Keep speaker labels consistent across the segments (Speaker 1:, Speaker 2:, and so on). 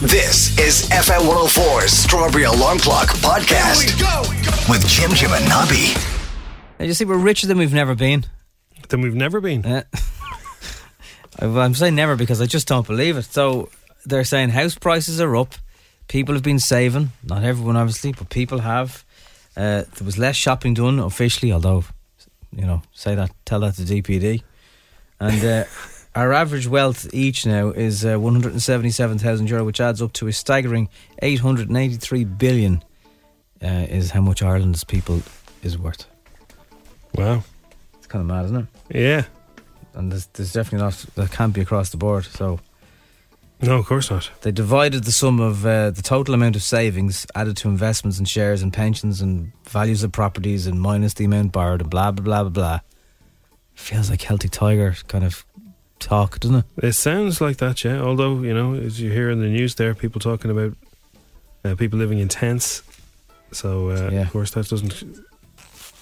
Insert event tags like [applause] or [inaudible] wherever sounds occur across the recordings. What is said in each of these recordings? Speaker 1: This is FM 104's Strawberry Alarm Clock Podcast with Jim Jim and Nobby.
Speaker 2: And you see, we're richer than we've never been.
Speaker 3: Than we've never been.
Speaker 2: [laughs] Uh, I'm saying never because I just don't believe it. So they're saying house prices are up. People have been saving. Not everyone, obviously, but people have. Uh, there was less shopping done officially, although, you know, say that, tell that to DPD. And uh, our average wealth each now is uh, 177,000 euro, which adds up to a staggering 883 billion, uh, is how much Ireland's people is worth.
Speaker 3: Wow.
Speaker 2: It's kind of mad, isn't it?
Speaker 3: Yeah.
Speaker 2: And there's, there's definitely not, that can't be across the board. So.
Speaker 3: No, of course not.
Speaker 2: They divided the sum of uh, the total amount of savings added to investments and shares and pensions and values of properties and minus the amount borrowed and blah, blah, blah, blah, blah. Feels like Celtic Tiger kind of talk, doesn't it?
Speaker 3: It sounds like that, yeah. Although, you know, as you hear in the news there, people talking about uh, people living in tents. So, uh,
Speaker 2: Yeah.
Speaker 3: of course, that doesn't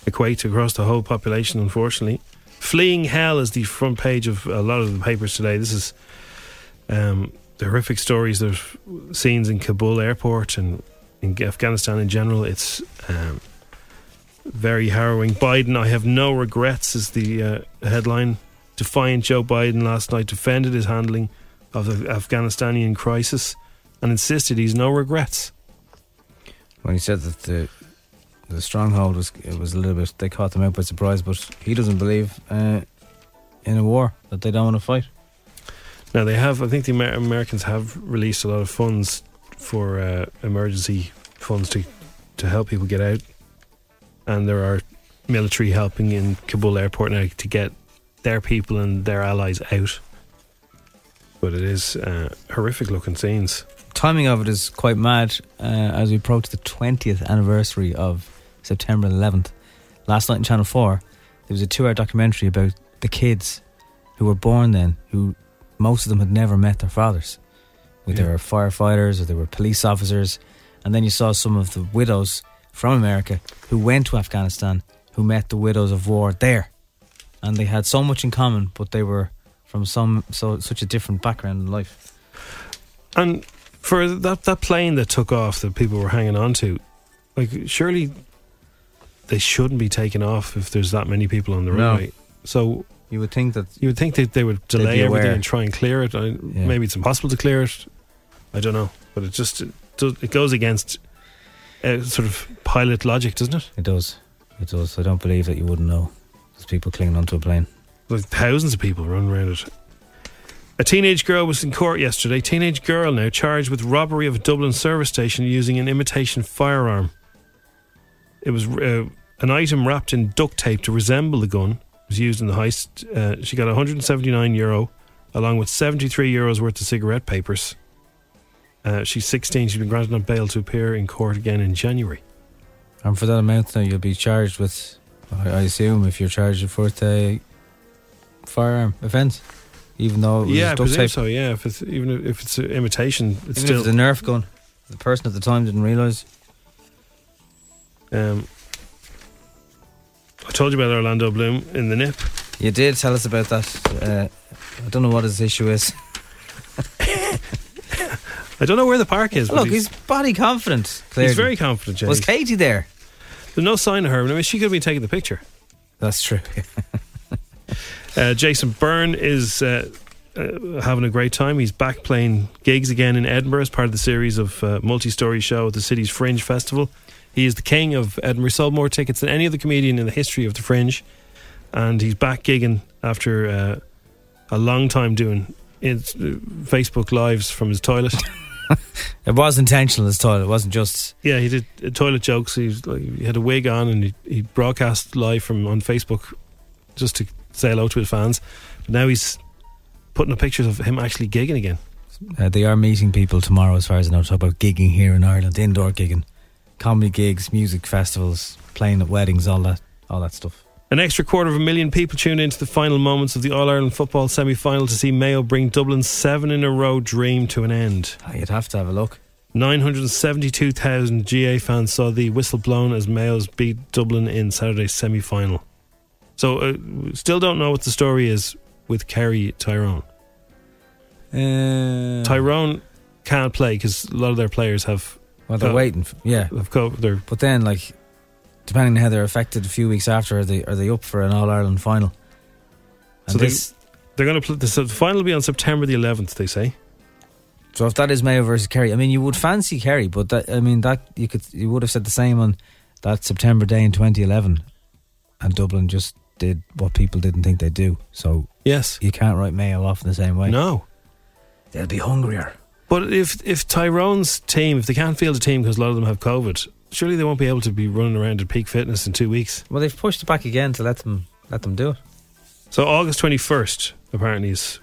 Speaker 3: equate across the whole population, unfortunately. Fleeing hell is the front page of a lot of the papers today. This is um, the horrific stories. There's scenes in Kabul airport and in Afghanistan in general. It's um, very harrowing. Biden, I have no regrets, is the uh, headline. Defiant Joe Biden last night defended his handling of the Afghanistanian crisis and insisted he's no regrets.
Speaker 2: When he said that the the stronghold was it was a little bit they caught them out by surprise, but he doesn't believe uh, in a war that they don't want to fight.
Speaker 3: Now they have, I think the Amer- Americans have released a lot of funds for uh, emergency funds to to help people get out, and there are military helping in Kabul airport now to get their people and their allies out. But it is uh, horrific looking scenes.
Speaker 2: Timing of it is quite mad uh, as we approach the twentieth anniversary of September eleventh. Last night on Channel Four, there was a two-hour documentary about the kids who were born then, who most of them had never met their fathers. Whether They
Speaker 3: Yeah.
Speaker 2: were firefighters or they were police officers, and then you saw some of the widows from America who went to Afghanistan, who met the widows of war there, and they had so much in common, but they were from some so such a different background in life.
Speaker 3: And for that that plane that took off that people were hanging on to, like surely they shouldn't be taking off if there's that many people on the
Speaker 2: No.
Speaker 3: runway. So
Speaker 2: You would think that
Speaker 3: You would think that they would delay
Speaker 2: be
Speaker 3: everything
Speaker 2: aware.
Speaker 3: and try and clear it. I, Maybe it's impossible to clear it. I don't know, but it just it, does, it goes against uh, sort of pilot logic, doesn't it?
Speaker 2: It does. It does. I don't believe that you wouldn't know. There's people clinging onto a plane.
Speaker 3: Like thousands of people run around it. A teenage girl was in court yesterday. Teenage girl now charged with robbery of a Dublin service station using an imitation firearm. It was uh, an item wrapped in duct tape to resemble the gun. It was used in the heist. Uh, she got 179 euro, along with 73 euros worth of cigarette papers. Uh, she's 16. She's been granted on bail to appear in court again in January.
Speaker 2: And for that amount, now you'll be charged with, I I assume, if you're charged with fourth day firearm offence, even though it was
Speaker 3: Yeah, I
Speaker 2: duct
Speaker 3: presume
Speaker 2: tape.
Speaker 3: so. Yeah, if it's, even if it's an imitation,
Speaker 2: Even
Speaker 3: it's still
Speaker 2: if it's a Nerf gun, the person at the time didn't realise.
Speaker 3: Um, I told you about Orlando Bloom in the nip.
Speaker 2: You did tell us about that. Uh, I don't know what his issue is.
Speaker 3: I don't know where the park is.
Speaker 2: [laughs]
Speaker 3: But
Speaker 2: Look,
Speaker 3: he's,
Speaker 2: he's body confident. Clearly.
Speaker 3: he's very confident. James.
Speaker 2: Was Katie there?
Speaker 3: There's no sign of her. I mean, she could have been taking the picture.
Speaker 2: That's true.
Speaker 3: Uh, Jason Byrne is uh, uh, having a great time. He's back playing gigs again in Edinburgh as part of the series of uh, multi-story show at the city's Fringe Festival. He is the king of Edinburgh. Sold more tickets than any other comedian in the history of the Fringe, and he's back gigging after uh, a long time doing ins- uh, Facebook lives from his toilet.
Speaker 2: [laughs] It was intentional, this toilet. It wasn't just.
Speaker 3: Yeah, he did uh, toilet jokes. He was like, he had a wig on and he, he broadcast live from on Facebook just to say hello to his fans. But now he's putting up pictures of him actually gigging again.
Speaker 2: Uh, they are meeting people tomorrow, as far as I know, to talk about gigging here in Ireland, indoor gigging, comedy gigs, music festivals, playing at weddings, all that, all that stuff.
Speaker 3: An extra quarter of a million people tuned into the final moments of the All Ireland football semi final to see Mayo bring Dublin's seven in a row dream to an end.
Speaker 2: Ah, You'd have to have a look.
Speaker 3: 972,000 GA fans saw the whistle blown as Mayo's beat Dublin in Saturday's semi final. So, uh, still don't know what the story is with Kerry Tyrone.
Speaker 2: Uh,
Speaker 3: Tyrone can't play because a lot of their players have
Speaker 2: well, they're
Speaker 3: uh,
Speaker 2: waiting. For, yeah,
Speaker 3: have co- they're
Speaker 2: but then like, depending on how they're affected, a few weeks after, are they are they up for an All Ireland final? And
Speaker 3: So they-
Speaker 2: this,
Speaker 3: they're going to play. So the final will be on September the 11th. They say.
Speaker 2: so if that is Mayo versus Kerry, I mean, you would fancy Kerry, but that I mean that you could you would have said the same on that September day in 2011, and Dublin just did what people didn't think they'd do. So
Speaker 3: Yes.
Speaker 2: you can't write Mayo off in the same way.
Speaker 3: No.
Speaker 2: They'll be hungrier.
Speaker 3: But if if Tyrone's team, if they can't field a team because a lot of them have COVID, surely they won't be able to be running around at peak fitness in two weeks.
Speaker 2: Well, they've pushed it back again to let them let them do it.
Speaker 3: So August 21st apparently is.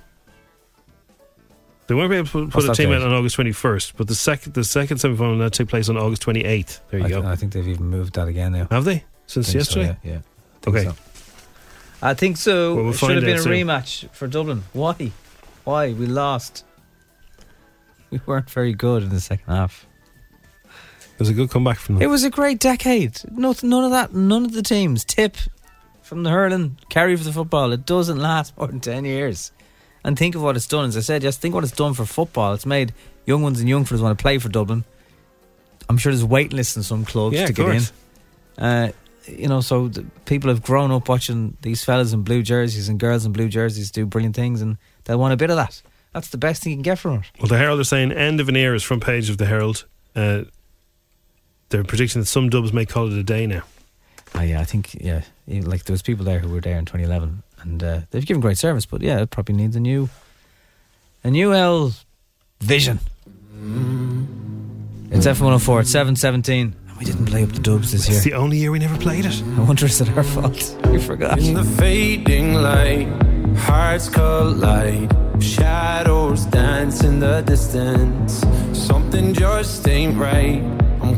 Speaker 3: They won't be able to put, put
Speaker 2: What's
Speaker 3: a
Speaker 2: that
Speaker 3: team out
Speaker 2: date?
Speaker 3: on August 21st, but the second the second semi final now take place on August 28th. There you
Speaker 2: I,
Speaker 3: go.
Speaker 2: I think they've even moved that again now.
Speaker 3: have they since
Speaker 2: Think so,
Speaker 3: yesterday?
Speaker 2: yeah. yeah. Think
Speaker 3: Okay.
Speaker 2: so. I think so.
Speaker 3: Well, we'll
Speaker 2: it should have
Speaker 3: find
Speaker 2: been a
Speaker 3: out soon.
Speaker 2: rematch for Dublin. Why? Why? We lost. [laughs] We weren't very good in the second half.
Speaker 3: It was a good comeback from them.
Speaker 2: It was a great decade. Not, none of that. None of the teams. Tip from the hurling, carry for the football. It doesn't last [laughs] more than 10 years. And think of what it's done. As I said, just think what it's done for football. It's made young ones and young fellas want to play for Dublin. I'm sure there's waiting lists in some clubs
Speaker 3: Yeah,
Speaker 2: to
Speaker 3: of
Speaker 2: get in.
Speaker 3: course.
Speaker 2: Uh, you know, so the people have grown up watching these fellas in blue jerseys and girls in blue jerseys do brilliant things, and they want a bit of that. That's the best thing you can get from it.
Speaker 3: Well, the Herald are saying end of an era is front page of the Herald. Uh, they're predicting that some dubs may call it a day now.
Speaker 2: Oh, yeah, I think yeah, you- like there was people there who were there in 2011, and uh, they've given great service. But yeah, it probably needs a new, a new L vision. It's F104. It's 717. And we didn't play up the dubs this [laughs]
Speaker 3: It's
Speaker 2: year.
Speaker 3: the only year we never played it.
Speaker 2: I wonder is it our fault? [laughs] We forgot.
Speaker 4: In the fading light, hearts collide. Shadows dance in the distance. Something just ain't right. I'm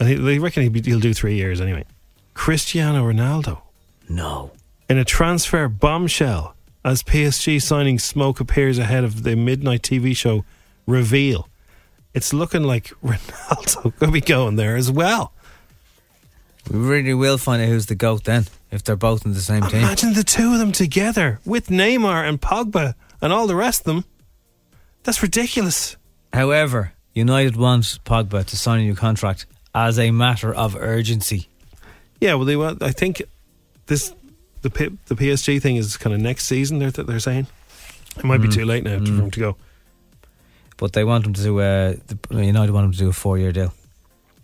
Speaker 3: and he, they reckon he'll, be, he'll do three years anyway. Cristiano Ronaldo.
Speaker 2: No.
Speaker 3: in a transfer bombshell as PSG signing smoke appears ahead of the midnight TV show reveal. It's looking like [laughs] Ronaldo going to be going there as well.
Speaker 2: We really will find out who's the goat then if they're both in the same team.
Speaker 3: Imagine the two of them together with Neymar and Pogba and all the rest of them. That's ridiculous.
Speaker 2: However, United wants Pogba to sign a new contract as a matter of urgency.
Speaker 3: Yeah, well, they want. I think this the P, the PSG thing is kind of next season. They're they're saying it might be too late now for him to go.
Speaker 2: But they want him to do a the, United want him to do a four year deal.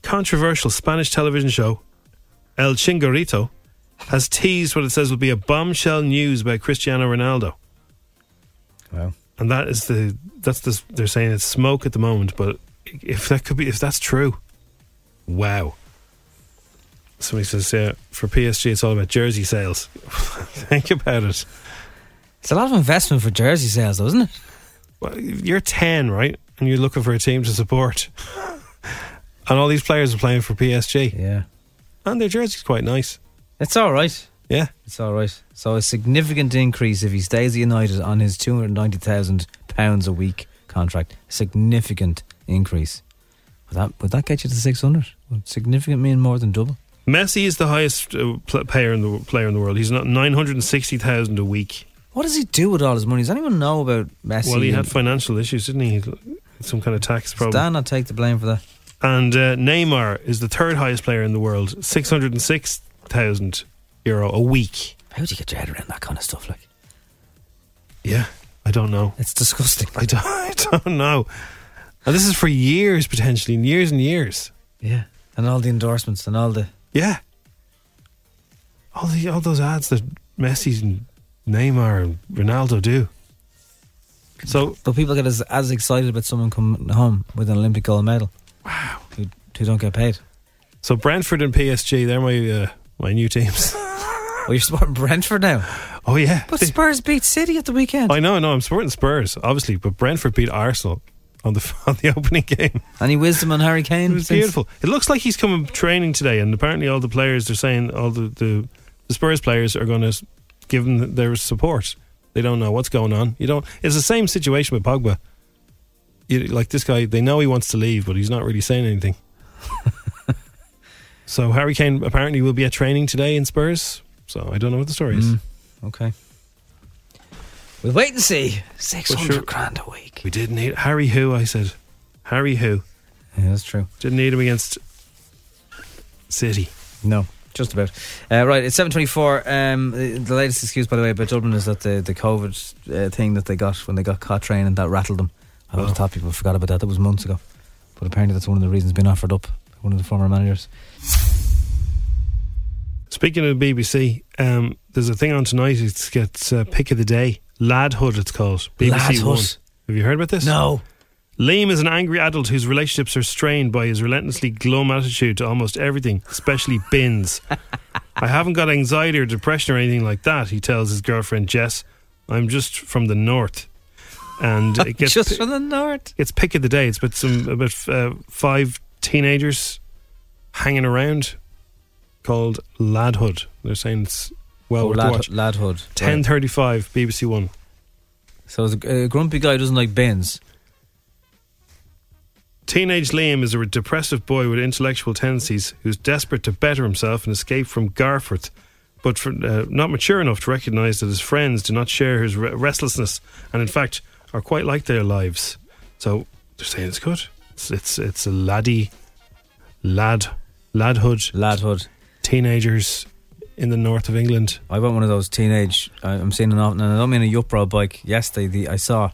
Speaker 3: controversial Spanish television show El Chingorito has teased what it says will be a bombshell news about Cristiano Ronaldo,
Speaker 2: Wow.
Speaker 3: and that is the that's the they're saying it's smoke at the moment. But if that could be if that's true, wow. Somebody says, yeah, for PSG, it's all about jersey sales. [laughs] Think about it.
Speaker 2: It's a lot of investment for jersey sales though, isn't it?
Speaker 3: Well, you're 10, right? And you're looking for a team to support. [laughs] and all these players are playing for PSG.
Speaker 2: Yeah.
Speaker 3: And their jersey's quite nice.
Speaker 2: It's all right.
Speaker 3: Yeah.
Speaker 2: It's all right. So a significant increase if he stays at United on his two hundred ninety thousand pounds a week contract. Significant increase. Would that would that get you to six hundred? Would significant mean more than double?
Speaker 3: Messi is the highest uh, pl- player in the player in the world. He's not nine hundred and sixty thousand a week.
Speaker 2: What does he do with all his money? Does anyone know about Messi?
Speaker 3: Well, he
Speaker 2: and-
Speaker 3: had financial issues, didn't he? Some kind of tax
Speaker 2: Does
Speaker 3: problem.
Speaker 2: Dan not take the blame for that?
Speaker 3: And uh, Neymar is the third highest player in the world, six hundred and six thousand euro a week.
Speaker 2: How do you get your head around that kind of stuff? Like,
Speaker 3: Yeah, I don't know.
Speaker 2: it's disgusting.
Speaker 3: I don't. [laughs] I don't know. And this is for years, potentially and years and years.
Speaker 2: Yeah, and all the endorsements and all the
Speaker 3: Yeah. All the all those ads that Messi and Neymar and Ronaldo do. So
Speaker 2: but people get as, as excited about someone coming home with an Olympic gold medal. Wow, who, who don't get paid?
Speaker 3: So Brentford and PSG, they're my uh, my new teams.
Speaker 2: Oh, you're supporting Brentford now,
Speaker 3: [laughs] oh yeah,
Speaker 2: but
Speaker 3: They-
Speaker 2: Spurs beat City at the weekend,
Speaker 3: I know, I know. I'm supporting Spurs, obviously, but Brentford beat Arsenal on the [laughs] on the opening game.
Speaker 2: and he wisdom on Harry Kane.
Speaker 3: It was
Speaker 2: since-
Speaker 3: beautiful. It looks like he's coming training today, and apparently all the players they're saying all the the, the Spurs players are going to give him their support. They don't know what's going on. You don't. It's the same situation with Pogba. You, like this guy, they know he wants to leave, but he's not really saying anything. so Harry Kane apparently will be at training today in Spurs. So I don't know what the story is.
Speaker 2: Okay, we'll wait and see. Six hundred
Speaker 3: sure.
Speaker 2: grand a week.
Speaker 3: We didn't need Harry who I said. Harry who
Speaker 2: Yeah, that's true.
Speaker 3: didn't need him against City.
Speaker 2: No, just about. Uh, right, it's seven twenty-four. Um, the the latest excuse, by the way, about Dublin is that the the COVID uh, thing that they got when they got caught training that rattled them. I
Speaker 3: Oh.
Speaker 2: would have thought people forgot about that. That was months ago, but apparently that's one of the reasons being offered up. by One of the former
Speaker 3: [laughs]
Speaker 2: managers.
Speaker 3: Speaking of the BBC, um, there's a thing on tonight. It gets uh, pick of the day. Ladhood, it's called. BBC
Speaker 2: Ladhood.
Speaker 3: One. Have you heard about this?
Speaker 2: [laughs] No.
Speaker 3: Liam is an angry adult whose relationships are strained by his relentlessly glum attitude to almost everything,
Speaker 2: [laughs]
Speaker 3: especially bins. I haven't got anxiety or depression or anything like that, he tells his girlfriend Jess. I'm just from the north.
Speaker 2: [laughs]
Speaker 3: And it gets
Speaker 2: Just from the north.
Speaker 3: it's pick of the day. It's about some about uh, five teenagers hanging around called Ladhood. They're saying it's well worth the
Speaker 2: lad,
Speaker 3: watch.
Speaker 2: Oh, ladhood.
Speaker 3: Ten
Speaker 2: Right.
Speaker 3: thirty-five, BBC One.
Speaker 2: So it's a, a grumpy guy doesn't like bins.
Speaker 3: Teenage Liam is a depressive boy with intellectual tendencies who's desperate to better himself and escape from Garforth, but for, uh, not mature enough to recognise that his friends do not share his re- restlessness and, in fact, are quite like their lives. So they're saying it's good. It's it's, it's a laddie, lad, ladhood,
Speaker 2: Ladhood.
Speaker 3: teenagers in the north of England.
Speaker 2: I want one of those teenage. I, I'm seeing an often, and I don't mean a Yupra bike. Yesterday, the, I saw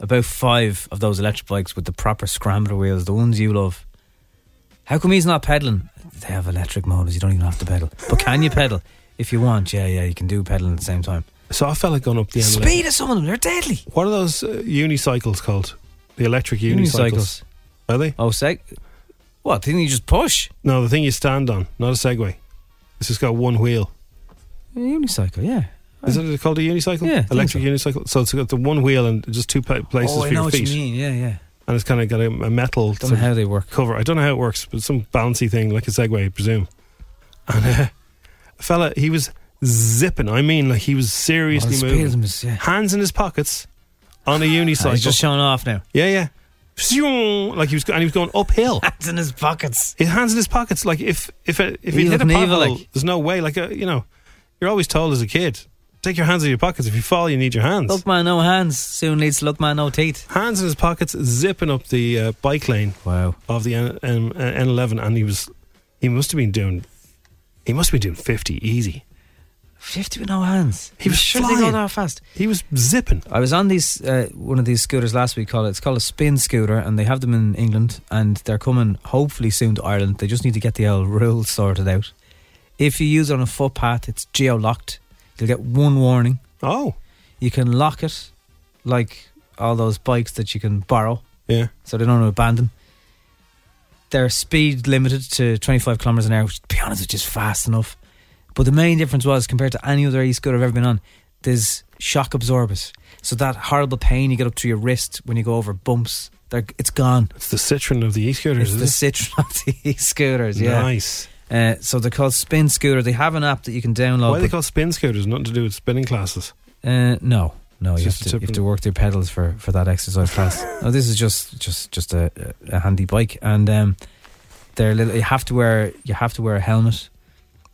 Speaker 2: about five of those electric bikes with the proper scrambler wheels, the ones you love. How come he's not pedaling? They have electric motors. You don't even have to pedal. But can you pedal if you want? Yeah, yeah, you can do pedaling at the same time.
Speaker 3: So I felt like going up the
Speaker 2: The
Speaker 3: M11.
Speaker 2: speed of some of them, they're deadly.
Speaker 3: What are those uh, unicycles called? The electric unicycles. Are they?
Speaker 2: Oh, seg. What? Didn't you just push?
Speaker 3: No, the thing you stand on, not a Segway. It's just got one wheel.
Speaker 2: A unicycle, yeah.
Speaker 3: Is it called a unicycle?
Speaker 2: Yeah, I think
Speaker 3: electric
Speaker 2: so.
Speaker 3: unicycle. So it's got the one wheel and just two pa- places
Speaker 2: oh,
Speaker 3: for
Speaker 2: I know
Speaker 3: your
Speaker 2: what
Speaker 3: feet,
Speaker 2: you mean. Yeah, yeah.
Speaker 3: and it's kind of got a, a metal
Speaker 2: Don't know
Speaker 3: sort of
Speaker 2: how they work. Oh,
Speaker 3: cover. I don't know how it works, but some bouncy thing like a Segway, I presume. And uh, a fella, he was zipping. I mean, like he was
Speaker 2: Well, the
Speaker 3: seriously
Speaker 2: speed of
Speaker 3: moving,
Speaker 2: them is, yeah.
Speaker 3: hands in his pockets, on a
Speaker 2: Ah, [sighs]
Speaker 3: unicycle.
Speaker 2: he's just showing off now. [laughs]
Speaker 3: yeah, yeah. Pshoo! Like he was, go- and he was going uphill.
Speaker 2: That's in his pockets.
Speaker 3: his hands in his pockets. Like if if it- if he
Speaker 2: He's
Speaker 3: hit a
Speaker 2: looking evil,
Speaker 3: pothole,
Speaker 2: like.
Speaker 3: there's no way. Like uh, you know, you're always told as a kid, take your hands in your pockets. If you fall, you need your hands.
Speaker 2: Look, man, no hands. Soon leads to look, man, no teeth.
Speaker 3: Hands in his pockets, zipping up the uh, bike lane
Speaker 2: Wow.
Speaker 3: of the N, N, N11, and he was he must have been doing he must have been doing 50 easy.
Speaker 2: 50 with no hands.
Speaker 3: He was
Speaker 2: sure they go
Speaker 3: flying.
Speaker 2: that fast.
Speaker 3: He was zipping.
Speaker 2: I was on these uh, one of these scooters last week. Called it's called a spin scooter, and they have them in England, and they're coming hopefully soon to Ireland. They just need to get the old rules sorted out. If you use it on a footpath, it's geo locked. You'll get one warning.
Speaker 3: Oh
Speaker 2: You can lock it, like all those bikes that you can borrow,
Speaker 3: yeah,
Speaker 2: so they don't abandon. They're speed limited to 25 kilometres an hour, which, to be honest, is just fast enough. But the main difference was compared to any other e scooter I've ever been on, there's shock absorbers. So that horrible pain you get up to your wrist when you go over bumps, they're, it's gone.
Speaker 3: it's the Citroen of the E e-scooters.
Speaker 2: It's the
Speaker 3: Is
Speaker 2: Citroen of the e scooters, yeah.
Speaker 3: Nice.
Speaker 2: Uh, so they're called Spin Scooter. They have an app that you can download.
Speaker 3: Why are they
Speaker 2: but-
Speaker 3: called spin scooters? Nothing to do with spinning classes.
Speaker 2: uh, no, no,
Speaker 3: It's
Speaker 2: you have,
Speaker 3: just a
Speaker 2: to, you have to
Speaker 3: typical-
Speaker 2: work their pedals for, for that exercise
Speaker 3: [laughs]
Speaker 2: class. no, this is just just just a, a handy bike, and um, they're little. You have to wear you have to wear a helmet,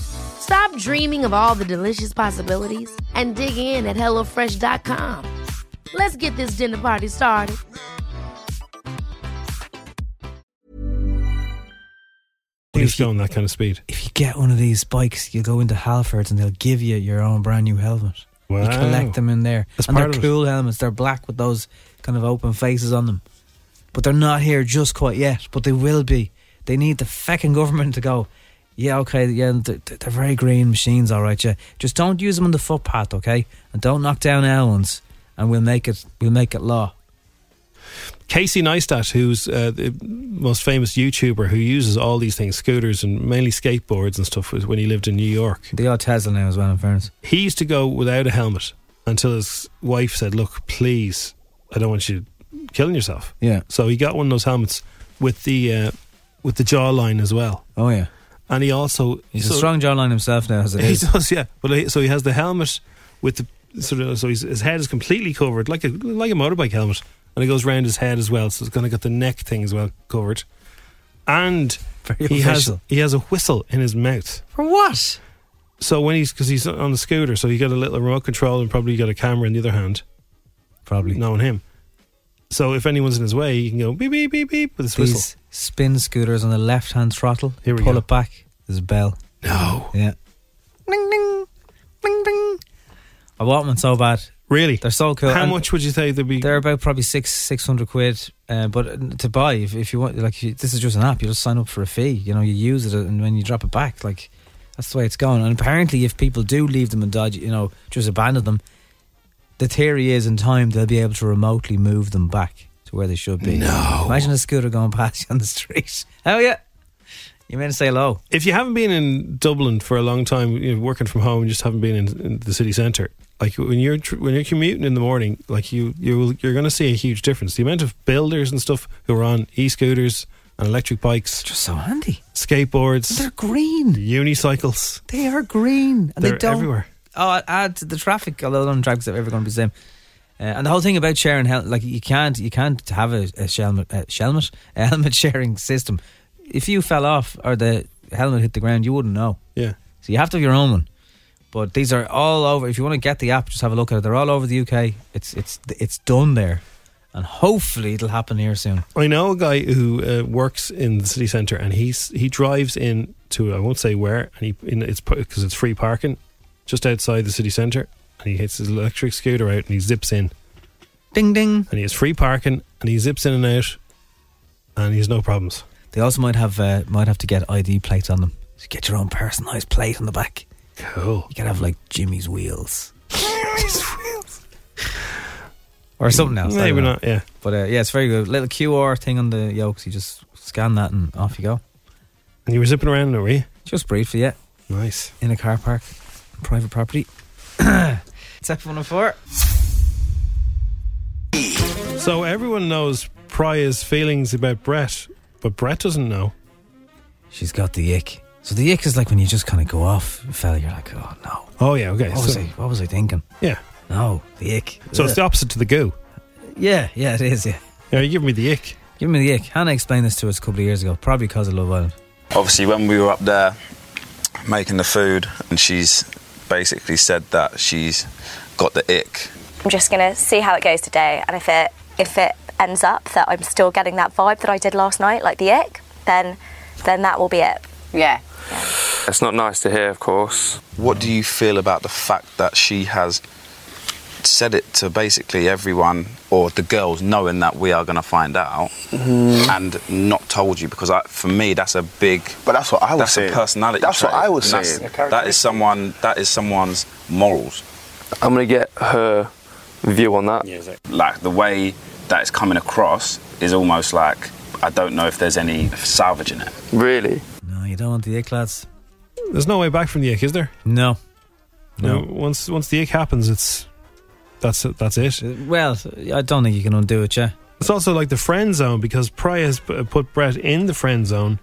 Speaker 5: Stop dreaming of all the delicious possibilities and dig in at HelloFresh.com. Let's get this dinner party started.
Speaker 3: He's going that kind of speed.
Speaker 2: if you get one of these bikes, you go into Halfords and they'll give you your own brand new helmet.
Speaker 3: Wow.
Speaker 2: You collect them in there,
Speaker 3: That's
Speaker 2: and they're
Speaker 3: part of it.
Speaker 2: cool helmets. They're black with those kind of open faces on them, but they're not here just quite yet. But they will be. They need the fecking government to go. Yeah, okay, yeah, th- th- they're very green machines, all right. Yeah, just don't use them on the footpath, okay? And don't knock down our ones, and we'll make it. We'll make it law.
Speaker 3: Casey Neistat, who's uh, the most famous YouTuber who uses all these things, scooters and mainly skateboards and stuff, was when he lived in New York.
Speaker 2: The odd Tesla now as well, in fairness.
Speaker 3: He used to go without a helmet until his wife said, Look, please, I don't want you killing yourself.
Speaker 2: Yeah.
Speaker 3: So he got one of those helmets with the uh, with the jawline as well.
Speaker 2: Oh yeah.
Speaker 3: And he also.
Speaker 2: He's
Speaker 3: so-
Speaker 2: a strong jawline himself now, as it
Speaker 3: He
Speaker 2: is.
Speaker 3: does, yeah. But he, so he has the helmet with the sort of so his, his head is completely covered, like a like a motorbike helmet, and it goes round his head as well. So it's kind of got the neck thing as well covered, and
Speaker 2: Very
Speaker 3: he has
Speaker 2: official.
Speaker 3: he has a whistle in his mouth.
Speaker 2: For what?
Speaker 3: So when he's because he's on the scooter, so he got a little remote control and probably got a camera in the other hand,
Speaker 2: Probably.
Speaker 3: knowing him. So if anyone's in his way, he can go beep beep beep beep with his
Speaker 2: These
Speaker 3: whistle.
Speaker 2: spin scooters on the left-hand throttle.
Speaker 3: Here we
Speaker 2: pull
Speaker 3: go.
Speaker 2: it back. There's a bell.
Speaker 3: No,
Speaker 2: Yeah. Ding ding, ding ding. I want one so bad.
Speaker 3: really.
Speaker 2: They're so cool.
Speaker 3: How
Speaker 2: And
Speaker 3: much would you say they'd be?
Speaker 2: They're about probably six six hundred quid. Uh, but to buy, if, if you want, like you, this is just an app. You just sign up for a fee. You know, you use it, and when you drop it back, like that's the way it's going. And apparently, if people do leave them and dodge, you know, just abandon them, the theory is in time they'll be able to remotely move them back to where they should be. No, imagine a scooter going past you on the street. [laughs] Oh yeah, you meant to say hello.
Speaker 3: if you haven't been in Dublin for a long time, you know, working from home, and just haven't been in, in the city centre. Like when you're tr- when you're commuting in the morning, like you you will, you're going to see a huge difference. The amount of builders and stuff who are on e-scooters and electric bikes,
Speaker 2: Just so handy. They're
Speaker 3: skateboards,
Speaker 2: green.
Speaker 3: unicycles,
Speaker 2: They are green, and
Speaker 3: they're
Speaker 2: they don't.
Speaker 3: everywhere.
Speaker 2: Oh, I'd add to the traffic. Although none of the traffic's ever going to be the same. Uh, and the whole thing about sharing hel- like you can't you can't have a, a shelmet a shelmet a helmet [laughs] sharing system. If you fell off or the helmet hit the ground, you wouldn't know.
Speaker 3: Yeah,
Speaker 2: So you have to have your own one. But these are all over. If you want to get the app, just have a look at it. They're all over the UK. It's it's it's done there, and hopefully it'll happen here soon.
Speaker 3: I know a guy who uh, works in the city centre, and he's he drives in to I won't say where, and he in, it's because it's free parking just outside the city centre, and he hits his electric scooter out and he zips in.
Speaker 2: Ding ding.
Speaker 3: and he has free parking and he zips in and out and he has no problems.
Speaker 2: They also might have uh, might have to get ID plates on them. So get your own personalised plate on the back.
Speaker 3: Cool.
Speaker 2: You can have like Jimmy's wheels. [laughs] Or something else. I don't
Speaker 3: Maybe
Speaker 2: know.
Speaker 3: not, yeah.
Speaker 2: But uh, yeah, it's very good. Little QR thing on the yolks. You just scan that and off you go.
Speaker 3: And you were zipping around, were you?
Speaker 2: Just briefly, yeah.
Speaker 3: Nice.
Speaker 2: In a car park, private
Speaker 3: [coughs]
Speaker 2: property. it's F104.
Speaker 3: So everyone knows Priya's feelings about Brett, but Brett doesn't know.
Speaker 2: She's got the ick. So the ick is like when you just kind of go off, fella. You're like, oh no.
Speaker 3: Oh, yeah, okay.
Speaker 2: What was
Speaker 3: so,
Speaker 2: I? What was I thinking?
Speaker 3: yeah.
Speaker 2: No, the ick.
Speaker 3: So it's the
Speaker 2: Ugh.
Speaker 3: opposite to the goo.
Speaker 2: yeah, yeah, it is. Yeah.
Speaker 3: Yeah, you're giving me the ick.
Speaker 2: Give me the ick. Hannah explained this to us a couple of years ago, probably because of Love Island.
Speaker 6: obviously when we were up there making the food and she's basically said that she's got the ick
Speaker 7: I'm just going to see how it goes today, and if it if it ends up that I'm still getting that vibe that I did last night, like the ick, then then that will be it.
Speaker 8: Yeah.
Speaker 9: It's not nice to hear, of course.
Speaker 6: what do you feel about the fact that she has said it to basically everyone or the girls knowing that we are going to find out
Speaker 9: Mm-hmm.
Speaker 6: and not told you because I, for me that's a big
Speaker 9: But that's what I was
Speaker 6: that's
Speaker 9: saying.
Speaker 6: a personality
Speaker 9: That's what
Speaker 6: trait.
Speaker 9: I was
Speaker 6: And that's-
Speaker 9: saying.
Speaker 6: that is someone that is someone's morals
Speaker 9: I'm gonna get her view on that.
Speaker 6: like the way that it's coming across is almost like I don't know if there's any salvaging it.
Speaker 9: Really?
Speaker 2: No, you don't want the ick, lads.
Speaker 3: There's no way back from the ick, is there?
Speaker 2: No. No.
Speaker 3: Once once the ick happens, it's that's it, that's it.
Speaker 2: Well, I don't think you can undo it, yeah.
Speaker 3: It's also like the friend zone because Priya has p- put Brett in the friend zone,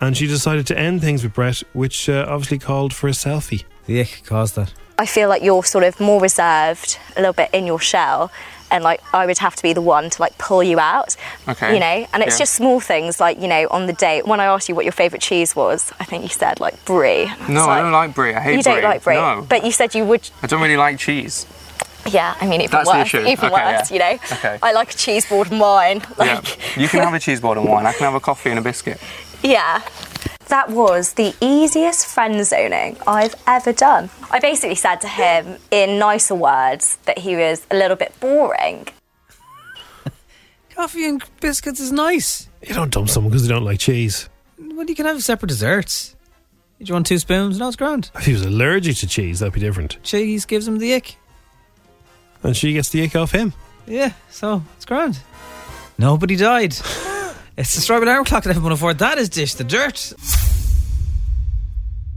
Speaker 3: and she decided to end things with Brett, which uh, obviously called for a selfie.
Speaker 2: The ick caused that.
Speaker 7: I feel like you're sort of more reserved, a little bit in your shell, and like I would have to be the one to like pull you out.
Speaker 9: Okay.
Speaker 7: You know, and it's
Speaker 9: Yeah.
Speaker 7: just small things like you know on the date when I asked you what your favourite cheese was, I think you said like brie. And was
Speaker 9: like brie. I hate
Speaker 7: You don't like brie, but you said you would.
Speaker 9: I don't really
Speaker 6: [laughs]
Speaker 9: like cheese.
Speaker 7: Yeah, I mean even
Speaker 9: That's the
Speaker 7: worse,
Speaker 9: issue.
Speaker 7: even
Speaker 9: Okay,
Speaker 7: worse.
Speaker 9: yeah.
Speaker 7: You know,
Speaker 9: Okay.
Speaker 7: I like a cheese board and wine. [laughs] Like,
Speaker 9: You can have a cheese board and wine. I can have a coffee and a biscuit.
Speaker 7: Yeah. That was the easiest friend zoning I've ever done. I basically said to him in nicer words that he was a little bit boring.
Speaker 2: Coffee and biscuits is nice.
Speaker 3: You don't dump someone because they don't like cheese.
Speaker 2: well, you can have separate desserts. Do you want two spoons? No, it's grand.
Speaker 3: If he was allergic to cheese, that'd be different.
Speaker 2: Cheese gives him the ick.
Speaker 3: And she gets the ick off him.
Speaker 2: Yeah, so it's grand. Nobody [laughs] died. it's the strawberry alarm clock at everyone afford. That is dish the dirt.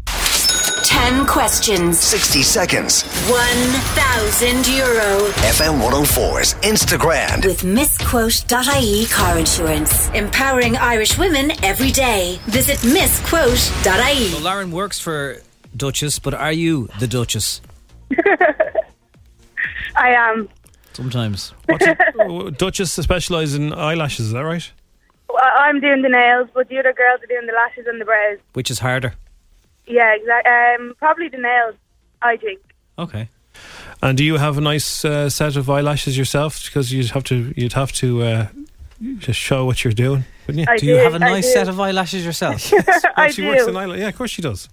Speaker 8: 10 questions,
Speaker 1: 60 seconds.
Speaker 8: 1,000 euro.
Speaker 1: FM 104's Instagram.
Speaker 8: With misquote.ie car insurance. Empowering Irish women every day. Visit
Speaker 2: So
Speaker 8: misquote.ie.
Speaker 2: Lauren works for Duchess, but are you the Duchess?
Speaker 10: I am.
Speaker 2: Sometimes.
Speaker 3: What's it?
Speaker 10: [laughs]
Speaker 3: oh, Duchess specialises in eyelashes, is that right?
Speaker 10: I- I'm doing the nails, but the other girls are doing the lashes and the brows.
Speaker 2: Which is harder?
Speaker 10: Yeah, exactly. Um, probably the nails. I think.
Speaker 2: Okay.
Speaker 3: And do you have a nice uh, set of eyelashes yourself? Because you'd have to, you'd have to uh, just show what you're doing, wouldn't you?
Speaker 10: I
Speaker 2: Do you have a
Speaker 10: I
Speaker 2: nice
Speaker 10: do.
Speaker 2: set of eyelashes
Speaker 10: [laughs]
Speaker 2: yourself?
Speaker 10: I
Speaker 3: she works
Speaker 10: do.
Speaker 3: in eyelash. Yeah, of course she does.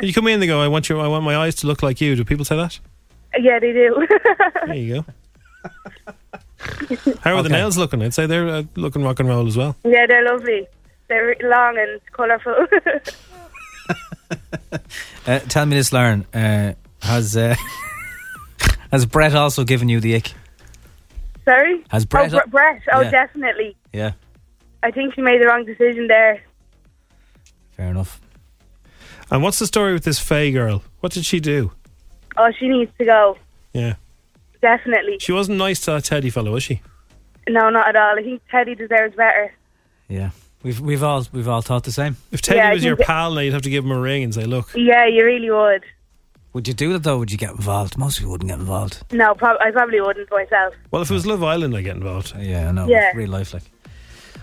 Speaker 3: You come in, and they go, "I want your, I want my eyes to look like you." Do people say that?
Speaker 10: [laughs] Yeah, they do.
Speaker 3: There you
Speaker 10: [laughs]
Speaker 3: go. How are the
Speaker 2: Okay.
Speaker 3: nails looking? I'd say they're uh, looking rock and roll as well.
Speaker 10: yeah, they're lovely. They're long and colourful. [laughs]
Speaker 2: uh, tell me this, Lauren. Uh, has uh, [laughs] has Brett also given you the ick?
Speaker 10: Sorry.
Speaker 2: Has Brett-
Speaker 10: Oh, Bre- Brett. Oh,
Speaker 2: Yeah.
Speaker 10: definitely.
Speaker 2: Yeah,
Speaker 10: I think she made the wrong decision there.
Speaker 2: fair enough.
Speaker 3: And what's the story with this Faye girl? What did she do?
Speaker 10: Oh, she needs to go.
Speaker 3: Yeah,
Speaker 10: Definitely.
Speaker 3: she wasn't nice to that Teddy fellow, was she?
Speaker 10: No, not at all. I think Teddy deserves better.
Speaker 2: Yeah, we've we've all we've all thought the same.
Speaker 3: If Teddy
Speaker 10: Yeah, I
Speaker 3: was your
Speaker 10: think-
Speaker 3: pal, now you'd have to give him a ring and say, "Look,
Speaker 10: Yeah, you really would.
Speaker 2: Would you do that though? Would you get involved? Most people wouldn't get involved.
Speaker 10: No, prob- I probably wouldn't myself.
Speaker 3: well, if it was Love Island, I get involved."
Speaker 2: Uh, Yeah, I know.
Speaker 10: Yeah.
Speaker 2: Real life, like.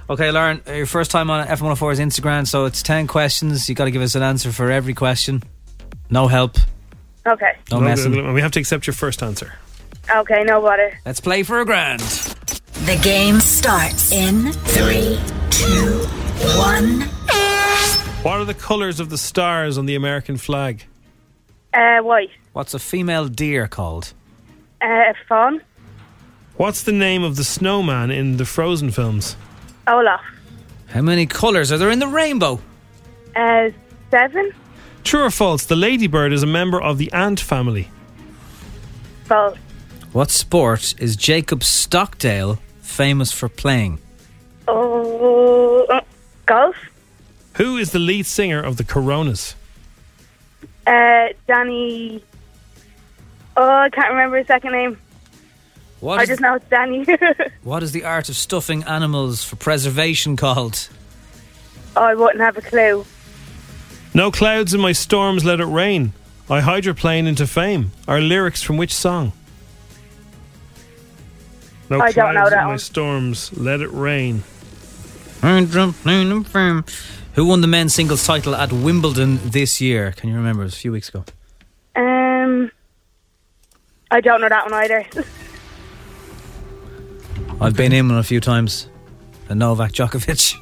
Speaker 2: Okay, Lauren, uh, your first time on F104's Instagram, so it's 10 questions. you got to give us an answer for every question. No help,
Speaker 10: Okay.
Speaker 2: no
Speaker 3: No,
Speaker 2: messing.
Speaker 3: no, no, we have to accept your first answer.
Speaker 10: Okay, no bother.
Speaker 2: Let's play for a grand.
Speaker 8: The game starts in 3, 2, 1.
Speaker 3: What are the colours of the stars on the American flag?
Speaker 10: Uh, white.
Speaker 2: What's a female deer called?
Speaker 10: Uh, fawn.
Speaker 3: What's the name of the snowman in the Frozen films?
Speaker 10: Olaf.
Speaker 2: How many colours are there in the rainbow?
Speaker 10: Uh, seven.
Speaker 3: True or false, the ladybird is a member of the ant family.
Speaker 10: False.
Speaker 2: What sport is Jacob Stockdale famous for playing?
Speaker 10: Oh, uh, golf.
Speaker 3: Who is the lead singer of the Coronas?
Speaker 10: Uh, Danny. Oh, I can't remember his second name.
Speaker 2: What
Speaker 10: I
Speaker 2: is,
Speaker 10: just know it's Danny. [laughs]
Speaker 2: what is the art of stuffing animals for preservation called?
Speaker 10: oh, I wouldn't have a clue.
Speaker 3: No clouds in my storms, let it rain. I hydroplane into fame. Are lyrics from which song? No
Speaker 10: I
Speaker 3: clouds
Speaker 10: don't know that
Speaker 3: in my
Speaker 10: one.
Speaker 3: storms, let it rain.
Speaker 2: Who won the men's singles title at Wimbledon this year? Can you remember? It was a few weeks ago.
Speaker 10: Um, I don't know that one either. [laughs]
Speaker 2: I've been in one a few times. And Novak Djokovic.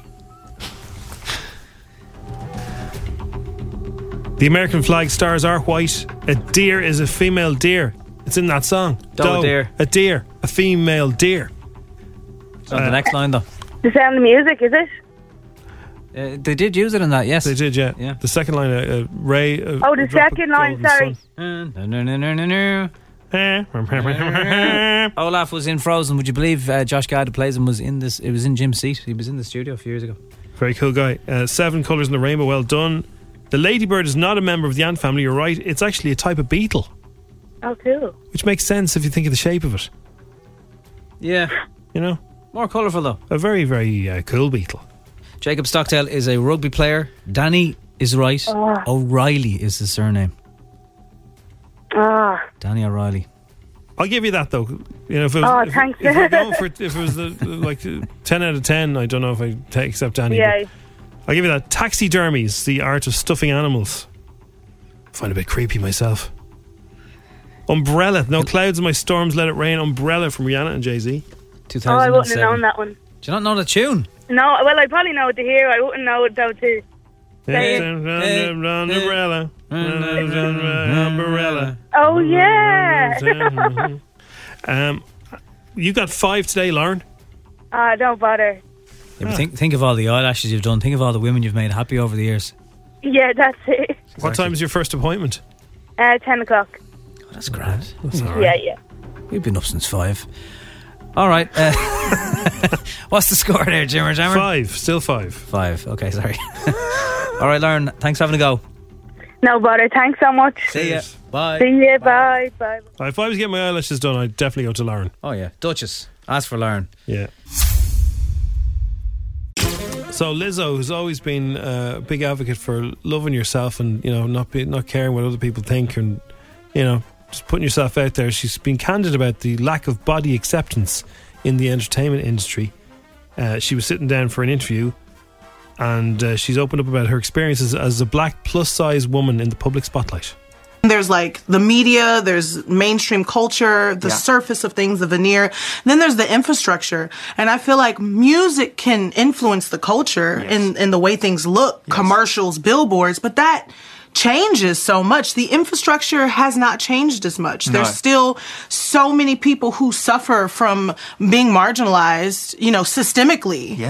Speaker 3: The American flag stars are white. A deer is a female deer. It's in that song.
Speaker 2: Doe deer.
Speaker 3: A deer. A female deer.
Speaker 2: It's on the next line, though.
Speaker 10: the sound of music, is it?
Speaker 2: Uh, they did use it in that, yes.
Speaker 3: They did, yeah.
Speaker 2: Yeah.
Speaker 3: The second line, uh, uh, Ray. Uh,
Speaker 10: Oh, the
Speaker 3: drop a
Speaker 10: second line,
Speaker 3: golden
Speaker 10: sorry.
Speaker 2: Uh, no, no, no, no, no, no.
Speaker 3: [laughs] sun.
Speaker 2: Olaf was in Frozen. Would you believe uh, Josh Gad who plays him was in this? It was in Jim's seat. He was in the studio a few years ago.
Speaker 3: Very cool guy. Uh, seven colours in the rainbow. Well done. The ladybird is not a member of the ant family. You're right. It's actually a type of beetle,
Speaker 10: Oh, cool.
Speaker 3: which makes sense if you think of the shape of it.
Speaker 2: Yeah,
Speaker 3: You know,
Speaker 2: more colourful though.
Speaker 3: a very, very uh, cool beetle.
Speaker 2: Jacob Stockdale is a rugby player. Danny is right. O'Reilly is the surname.
Speaker 10: Ah,
Speaker 2: Danny O'Reilly.
Speaker 3: I'll give you that though. You know, if it was,
Speaker 10: Oh,
Speaker 3: if,
Speaker 10: thanks.
Speaker 3: if we're going
Speaker 10: [laughs]
Speaker 3: for if it was the, like uh, ten out of ten, I don't know if I take accept any. but
Speaker 10: yeah.
Speaker 3: I'll give you that. Taxidermy is the art of stuffing animals. find it a bit creepy myself. Umbrella. No clouds in my storms. Let it rain. Umbrella from Rihanna and Jay Z.
Speaker 10: Oh, I
Speaker 2: 2007.
Speaker 10: wouldn't have known that one.
Speaker 2: Do you not know the tune?
Speaker 10: No, well, I probably know it to hear. I wouldn't know it though to. Say it.
Speaker 3: Umbrella. Umbrella.
Speaker 10: Oh
Speaker 2: Mm.
Speaker 10: yeah.
Speaker 3: Um, you got five today, Lauren.
Speaker 10: Ah, don't bother.
Speaker 2: Yeah, but think, think of all the eyelashes you've done. Think of all the women you've made happy over the years.
Speaker 10: Yeah, that's it.
Speaker 3: What time is your first appointment?
Speaker 10: Uh, 10 o'clock.
Speaker 2: That's grand. That's all
Speaker 10: Yeah,
Speaker 2: right.
Speaker 10: yeah.
Speaker 2: We've been up since five. All right. Uh, [laughs] what's the score there, Jimmer Jammer?
Speaker 3: Five. Still five.
Speaker 2: Five. Okay, sorry. [laughs] all right, Lauren. Thanks for having a go.
Speaker 10: No bother. Thanks so much.
Speaker 2: See ya. Bye.
Speaker 10: See ya. Bye. Bye.
Speaker 3: If I was getting my eyelashes done, I'd definitely go to Lauren.
Speaker 2: Oh, yeah. Duchess. Ask for Lauren.
Speaker 3: Yeah. So Lizzo, who's always been uh, a big advocate for loving yourself and you know not be, not caring what other people think and you know just putting yourself out there, she's been candid about the lack of body acceptance in the entertainment industry. Uh, she was sitting down for an interview, and uh, she's opened up about her experiences as a black plus size woman in the public spotlight.
Speaker 11: There's like the media, there's mainstream culture, the
Speaker 3: Yeah.
Speaker 11: surface of things, the veneer. Then there's the infrastructure. And I feel like music can influence the culture in, in the way things look, commercials, billboards, but that changes so much. The infrastructure has not changed as much.
Speaker 12: No.
Speaker 11: There's still so many people who suffer from being marginalized, you know, systemically. [laughs]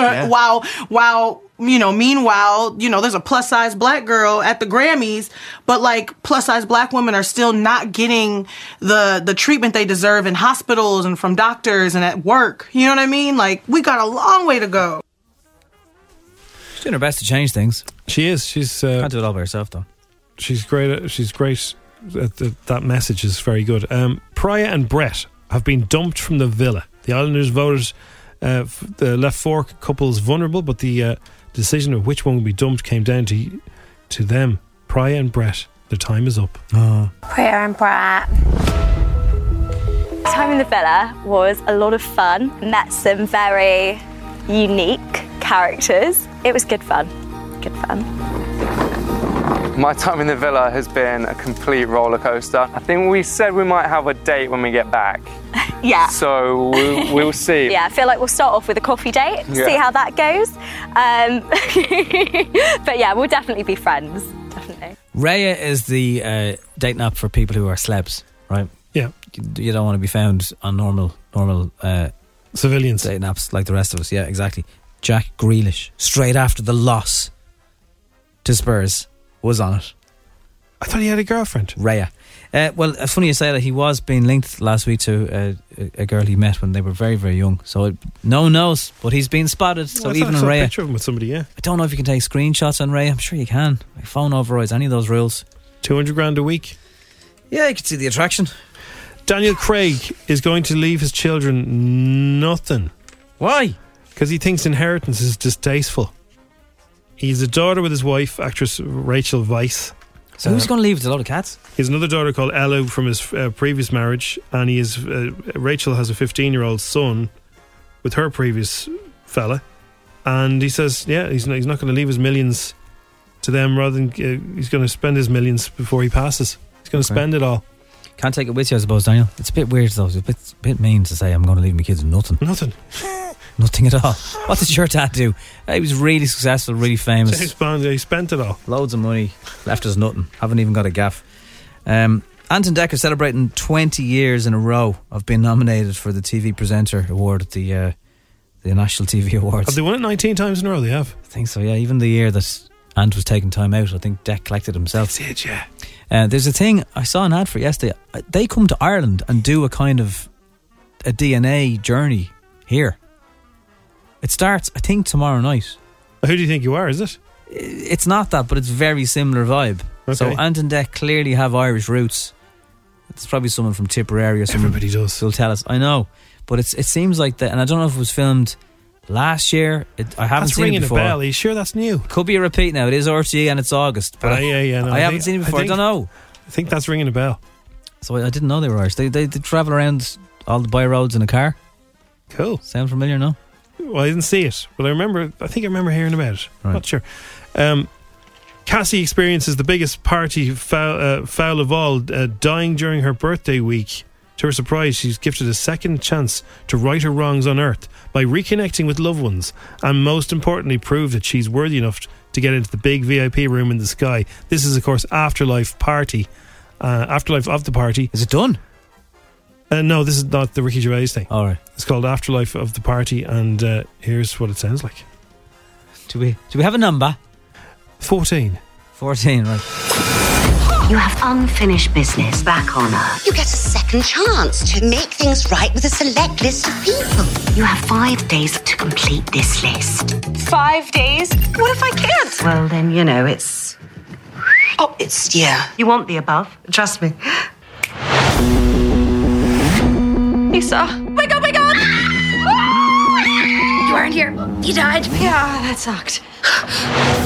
Speaker 12: Yeah.
Speaker 11: while while you know meanwhile you know there's a plus size black girl at the grammys but like plus size black women are still not getting the the treatment they deserve in hospitals and from doctors and at work you know what i mean like we got a long way to go
Speaker 2: She's doing her best to change things.
Speaker 3: She is. She's uh,
Speaker 2: can't do it all by herself though.
Speaker 3: She's great. At, she's great. At the, that message is very good. Um, Priya and Brett have been dumped from the Villa. The Islanders voted uh, f- the left four couples vulnerable, but the uh, decision of which one would be dumped came down to to them. Priya and Brett. Their time is up. Oh.
Speaker 7: Prayer and brat. Time in the villa was a lot of fun. Met some very unique characters. It was good fun. Good fun.
Speaker 9: My time in the villa has been a complete roller coaster. I think we said we might have a date when we get back.
Speaker 7: [laughs] Yeah.
Speaker 9: So we'll, we'll
Speaker 7: [laughs]
Speaker 9: see.
Speaker 7: Yeah, I feel like we'll start off with a coffee date,
Speaker 9: Yeah.
Speaker 7: see how that goes. Um, [laughs] but yeah, we'll definitely be friends. Definitely.
Speaker 2: Raya is the uh, dating app for people who are celebs, right?
Speaker 3: Yeah.
Speaker 2: You you don't want to be found on normal, normal uh,
Speaker 3: civilians
Speaker 2: dating apps like the rest of us. Yeah, exactly. Jack Grealish, straight after the loss to Spurs, was on it.
Speaker 3: I thought he had a girlfriend.
Speaker 2: Raya. Uh, well, uh, funny you say that. He was being linked last week to uh, a, a girl he met when they were very, very young. So it, no one knows, but he's been spotted. So
Speaker 3: I thought
Speaker 2: even
Speaker 3: I
Speaker 2: on
Speaker 3: saw a
Speaker 2: Raya,
Speaker 3: picture of him with somebody. Yeah,
Speaker 2: I don't know if you can take screenshots on Ray. I'm sure you can. Like phone overrides any of those rules.
Speaker 3: two hundred grand a week.
Speaker 2: Yeah, you can see the attraction.
Speaker 3: Daniel Craig is going to leave his children nothing.
Speaker 2: Why?
Speaker 3: Because he thinks inheritance is distasteful. He's a daughter with his wife, actress Rachel Weisz.
Speaker 2: So who's going to leave it to lot of cats?
Speaker 3: He has another daughter called Ella from his uh, previous marriage, and he is uh, Rachel has a 15 year old son with her previous fella, and he says, yeah, he's not, he's not going to leave his millions to them. Rather than uh, he's going to spend his millions before he passes. He's going to
Speaker 2: Okay.
Speaker 3: spend it all.
Speaker 2: Can't take it with you, I suppose, Daniel. It's a bit weird, though. It's a bit, bit mean to say I'm going to leave my kids with nothing.
Speaker 3: Nothing.
Speaker 2: nothing at all. What did your dad do? Uh, He was really successful, really famous. [laughs]
Speaker 3: James Bond, yeah, he spent it all.
Speaker 2: Loads of money. Left us nothing. Haven't even got a gaff. Um, Anton Decker celebrating 20 years in a row of being nominated for the TV Presenter Award at the uh, the National TV Awards.
Speaker 3: Have they won it 19 times in a row? They have.
Speaker 2: I think so, yeah. Even the year that Ant was taking time out, I think Deck collected himself.
Speaker 3: That's it, yeah.
Speaker 2: Uh, there's a thing I saw an ad for yesterday. Uh, They come to Ireland and do a kind of a DNA journey here. It starts, I think, tomorrow night.
Speaker 3: Who do you think you are? Is it?
Speaker 2: It's not that, but it's very similar vibe. So
Speaker 3: Okay.
Speaker 2: Ant and Dec clearly have Irish roots. It's probably someone from Tipperary or something.
Speaker 3: Everybody does.
Speaker 2: They'll tell us. I know, but it's it seems like that, and I don't know if it was filmed last year. It, I haven't
Speaker 3: That's
Speaker 2: seen
Speaker 3: ringing
Speaker 2: it
Speaker 3: a
Speaker 2: before.
Speaker 3: bell. Are you sure that's new?
Speaker 2: Could be a repeat now. It is RTE and it's August. But
Speaker 3: Ah, yeah, yeah, no,
Speaker 2: I,
Speaker 3: I
Speaker 2: haven't
Speaker 3: think-
Speaker 2: seen it
Speaker 3: I
Speaker 2: before. I,
Speaker 3: think-
Speaker 2: don't know.
Speaker 3: I think that's ringing a bell.
Speaker 2: So I, I didn't know they were Irish. They, they they travel around all the by roads in a car.
Speaker 3: Cool.
Speaker 2: Sound familiar? No.
Speaker 3: Well, I didn't see it, but I remember. I think I remember hearing about it.
Speaker 2: Right.
Speaker 3: Not sure. Um, Cassie experiences the biggest party foul, uh, foul of all, uh, dying during her birthday week. To her surprise, she's gifted a second chance to right her wrongs on Earth by reconnecting with loved ones, and most importantly, prove that she's worthy enough to get into the big VIP room in the sky. This is, of course, afterlife party. Uh, afterlife of the party.
Speaker 2: Is it done?
Speaker 3: Uh, no, this is not the Ricky Gervais thing.
Speaker 2: All right.
Speaker 3: It's called Afterlife of the Party, and uh, here's what it sounds like.
Speaker 2: Do we do we have a number?
Speaker 3: 14.
Speaker 2: 14, right.
Speaker 8: You have unfinished business back on Earth.
Speaker 12: You get a second chance to make things right with a select list of people.
Speaker 8: You have five days to complete this list.
Speaker 12: Five days? What if I can't?
Speaker 8: Well, then, you know, it's.
Speaker 12: Oh, it's, yeah.
Speaker 8: You want the above, trust me.
Speaker 7: Oh
Speaker 12: Lisa. Wake up, wake up! you weren't here. You died. Yeah, that sucked.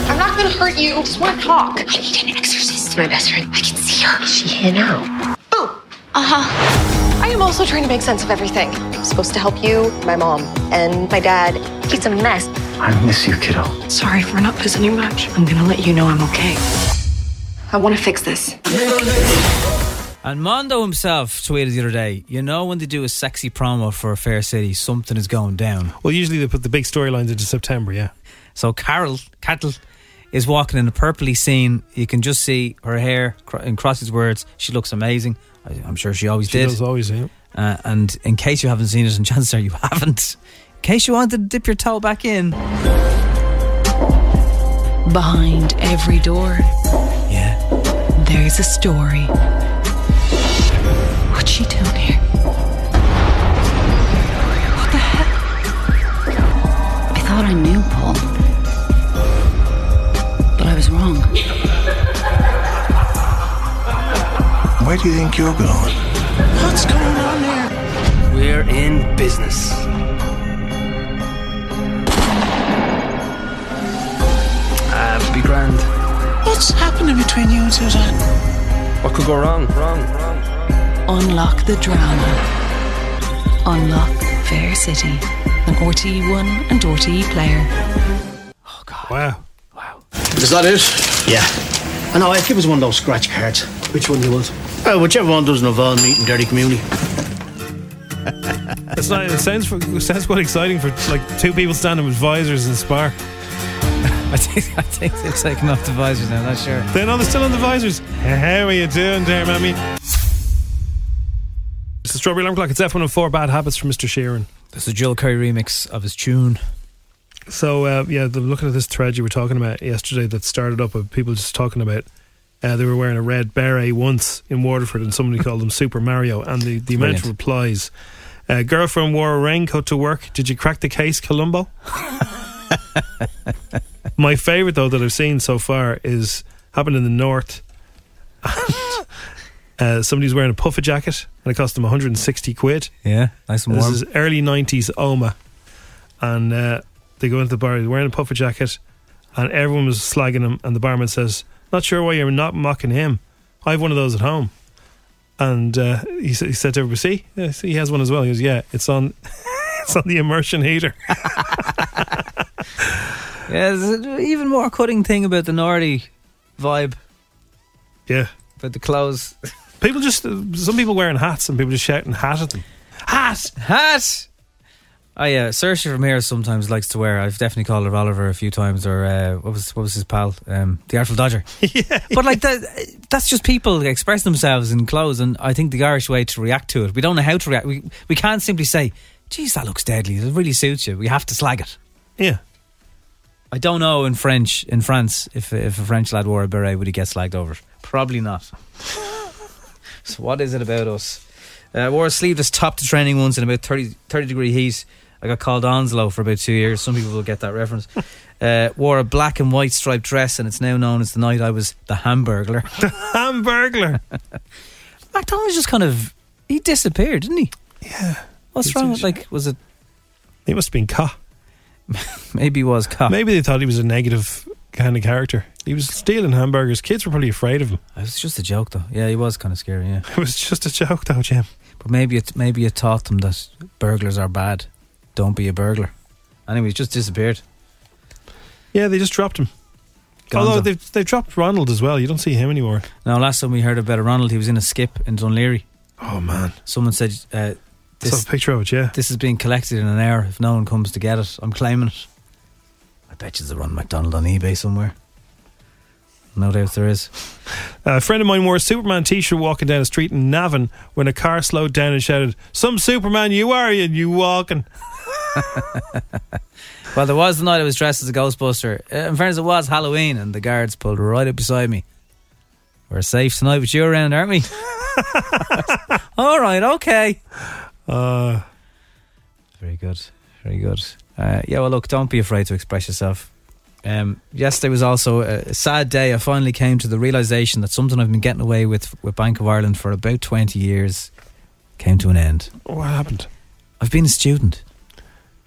Speaker 12: I'm not gonna hurt you. Just wanna talk. I need an exorcist. My best friend. I can see her. She here now. Oh, uh huh. I am also trying to make sense of everything. I'm supposed to help you, my mom, and my dad. He's a mess.
Speaker 13: I miss you, kiddo.
Speaker 12: Sorry for not visiting much. I'm gonna let you know I'm okay. I wanna fix this.
Speaker 2: And Mondo himself tweeted the other day, you know, when they do a sexy promo for a fair city, something is going down.
Speaker 3: Well, usually they put the big storylines into September, yeah.
Speaker 2: So Carol Cattle is walking in a purpley scene. You can just see her hair, cr- in Cross's words, she looks amazing. I, I'm sure she always
Speaker 3: She
Speaker 2: did.
Speaker 3: does always, yeah.
Speaker 2: Uh, and in case you haven't seen it, [laughs] and chances are you haven't, in case you wanted to dip your toe back in,
Speaker 14: Behind every door, yeah, there's a story. What's she doing here? What the heck? I thought I knew Paul, but I was wrong.
Speaker 13: Where do you think you're going?
Speaker 14: What's going on there?
Speaker 13: We're in business. Ah, it'll be grand.
Speaker 14: What's happening between you two then?
Speaker 9: What could go wrong? Wrong.
Speaker 14: Unlock the drama. Unlock Fair City, an RTE One and RTE player.
Speaker 3: Wow.
Speaker 15: Is that it? Yeah. I know, I give us one of those scratch cards. Which one do you want? Oh, whichever one doesn't involve meeting Dirty Community.
Speaker 3: It's not, it sounds it sounds quite exciting for like two people standing with visors in Spar.
Speaker 2: [laughs] I think I think they're taking off the visors now. I'm not sure.
Speaker 3: They're not they're still on the visors. How are you doing, there, mammy? It's the Strawberry Alarm Clock. It's F104 Bad Habits from Mr. Sheeran.
Speaker 2: That's a Joel Curry remix of his tune.
Speaker 3: So, uh, yeah, the, looking at this thread you were talking about yesterday that started up with people just talking about uh, they were wearing a red beret once in Waterford and somebody called them Super Mario. And the, the amount of
Speaker 2: Brilliant.
Speaker 3: replies uh, Girlfriend wore a raincoat to work. Did you crack the case, Columbo? My favourite, though, that I've seen so far is happened in the north. [laughs] Uh, somebody's wearing a puffer jacket and it cost them 160 quid.
Speaker 2: Yeah, nice and
Speaker 3: This
Speaker 2: warm.
Speaker 3: is early 90s Oma. And uh, they go into the bar, they're wearing a puffer jacket, and everyone was slagging him. And the barman says, Not sure why you're not mocking him. I have one of those at home. And uh, he, sa- he said to everybody, See, Yeah, see, he has one as well. He goes, Yeah, it's on. [laughs] It's on the immersion heater. [laughs]
Speaker 2: Yeah, there's an even more cutting thing about the Nordy vibe.
Speaker 3: Yeah.
Speaker 2: About the clothes.
Speaker 3: People just, some people wearing hats and people just shouting hat at them. Hat!
Speaker 2: Hat! Oh yeah, Saoirse from here sometimes likes to wear. I've definitely called her Oliver a few times, or uh, what was what was his pal, um, the Artful Dodger. yeah, but like that, that's just people express themselves in clothes, and I think the Irish way to react to it. We don't know how to react. We we can't simply say, "Geez, that looks deadly. It really suits you." We have to slag it.
Speaker 3: Yeah.
Speaker 2: I don't know in French in France if if a French lad wore a beret would he get slagged over? it? Probably not. [laughs] so what is it about us? Uh, I wore a sleeveless top to training once in about 30, 30 degree heat. I got called Onslow for about two years. Some people will get that
Speaker 3: [laughs]
Speaker 2: reference. Uh, wore a black and white striped dress, and it's now known as the night I was the Hamburglar.
Speaker 3: [laughs]
Speaker 2: the
Speaker 3: Hamburglar.
Speaker 2: McDonald's just kind of he disappeared, didn't he?
Speaker 3: Yeah.
Speaker 2: What's
Speaker 3: It's
Speaker 2: wrong
Speaker 3: a
Speaker 2: with like was it?
Speaker 3: He must have been caught.
Speaker 2: Maybe he was caught.
Speaker 3: Maybe they thought he was a negative kind of character. He was stealing hamburgers. Kids were probably afraid of him.
Speaker 2: It was just a joke though. Yeah, he was kind of scary. Yeah.
Speaker 3: It was just a joke though, Jim.
Speaker 2: But maybe it maybe you taught them that burglars are bad. Don't be a burglar. Anyway, he's just disappeared.
Speaker 3: Yeah, they just dropped him.
Speaker 2: Gonzo.
Speaker 3: Although they've, they've dropped Ronald as well. You don't see him anymore.
Speaker 2: Now, last time we heard about Ronald, he was in a skip in Dunleary.
Speaker 3: Oh man!
Speaker 2: Someone said uh,
Speaker 3: I saw a picture of it, yeah.
Speaker 2: this is being collected in an hour. If no one comes to get it, I'm claiming it. I bet you there's a Ron McDonald on eBay somewhere. No doubt there is.
Speaker 3: A friend of mine wore a Superman t shirt walking down the street in Navan when a car slowed down and shouted, Some Superman you are, and you walking.
Speaker 2: Well, there was the night I was dressed as a Ghostbuster. Uh, In fairness, it was Halloween, and the guards pulled right up beside me. We're safe tonight, but you're around, aren't we? All right, okay. Uh, very good, very good. Uh, yeah, well, look, don't be afraid to express yourself. Um, yesterday was also a a sad day. I finally came to the realization that something I've been getting away with with Bank of Ireland for about twenty years came to an end.
Speaker 3: What happened?
Speaker 2: I've been a student.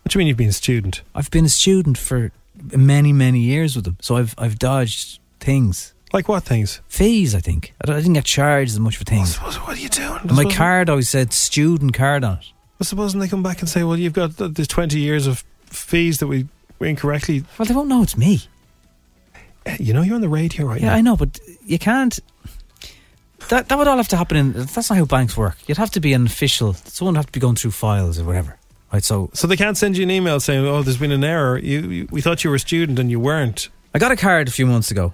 Speaker 3: What do you mean you've been a student?
Speaker 2: I've been a student for many, many years with them. So I've I've dodged things.
Speaker 3: Like what things?
Speaker 2: Fees, I think. I, don't- I didn't get charged as much for things.
Speaker 3: What are you doing?
Speaker 2: And my card always said student card on it.
Speaker 3: I suppose they come back and say, Well, you've got th- this 20 years of fees that we incorrectly.
Speaker 2: Well, they won't know it's me.
Speaker 3: You know, you're on the radio right
Speaker 2: yeah,
Speaker 3: now.
Speaker 2: I know, but you can't. That that would all have to happen in. That's not how banks work. You'd have to be an official. Someone would have to be going through files or whatever. Right, so
Speaker 3: So they can't send you an email saying, "Oh, there's been an error. You, you, we thought you were a student and you weren't."
Speaker 2: I got a card a few months ago,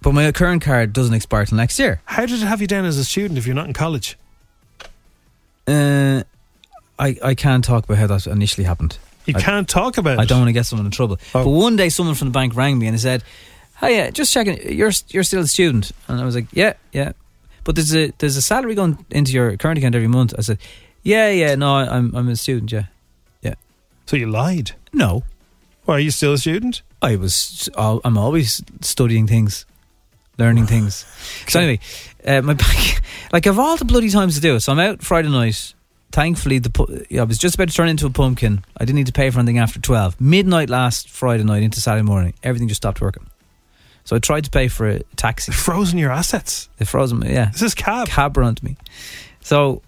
Speaker 2: but my current card doesn't expire till next year.
Speaker 3: How did it have you down as a student if you're not in college?
Speaker 2: Uh, I I can't talk about how that initially happened.
Speaker 3: You
Speaker 2: I-
Speaker 3: can't talk about
Speaker 2: I
Speaker 3: it.
Speaker 2: don't want to get someone in trouble. But one day, someone from the bank rang me and they said, "Hey, yeah, just checking. You're you're still a student?" And I was like, "Yeah, yeah." But there's a there's a salary going into your current account every month. I said, "Yeah, yeah. No, I'm I'm a student. Yeah, yeah."
Speaker 3: So you lied?
Speaker 2: No.
Speaker 3: Well, are you still a student?
Speaker 2: I was. al- I'm always studying things, learning things. So anyway, uh, my [laughs] bank, like of all the bloody times to do it. So I'm out Friday night. Thankfully, the pu- yeah, I was just about to turn into a pumpkin. I didn't need to pay for anything after twelve midnight last Friday night into Saturday morning. Everything just stopped working. So I tried to pay for a taxi.
Speaker 3: Frozen your assets.
Speaker 2: They frozen me. Yeah,
Speaker 3: this is cab.
Speaker 2: Cab run to me. So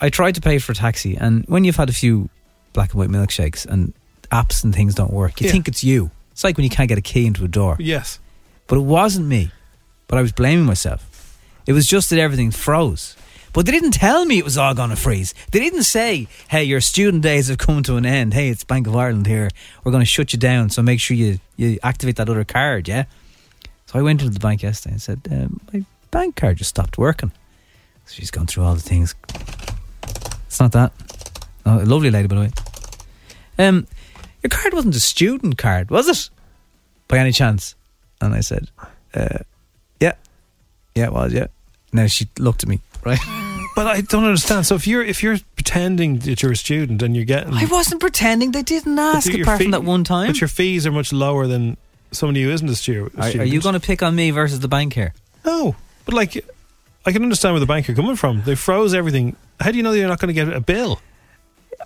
Speaker 2: I tried to pay for a taxi, and when you've had a few black and white milkshakes and apps and things don't work, you
Speaker 3: Yeah.
Speaker 2: think it's you. It's like when you can't get a key into a door.
Speaker 3: Yes.
Speaker 2: But it wasn't me. But I was blaming myself. It was just that everything froze. But they didn't tell me it was all going to freeze. They didn't say, hey, your student days have come to an end. Hey, it's Bank of Ireland here. We're going to shut you down. So make sure you, you activate that other card, yeah? So I went into the bank yesterday and said, um, my bank card just stopped working. So she's gone through all the things. It's not that. Oh, a lovely lady, by the way. Um, your card wasn't a student card, was it? By any chance? And I said, uh, yeah, yeah, it was, yeah. Now she looked at me, right?
Speaker 3: But I don't understand. So if you're if you're pretending that you're a student and you're
Speaker 2: [laughs]
Speaker 3: getting,
Speaker 2: I wasn't pretending. They didn't
Speaker 3: But
Speaker 2: ask,
Speaker 3: your
Speaker 2: apart
Speaker 3: fee-
Speaker 2: from that one time.
Speaker 3: But your fees are much lower than somebody who isn't a stu-
Speaker 2: Are,
Speaker 3: student.
Speaker 2: are you going to pick on me versus the bank here?
Speaker 3: No, but like, I can understand where the bank are coming from. They froze everything. How do you know that you're not going to get a bill?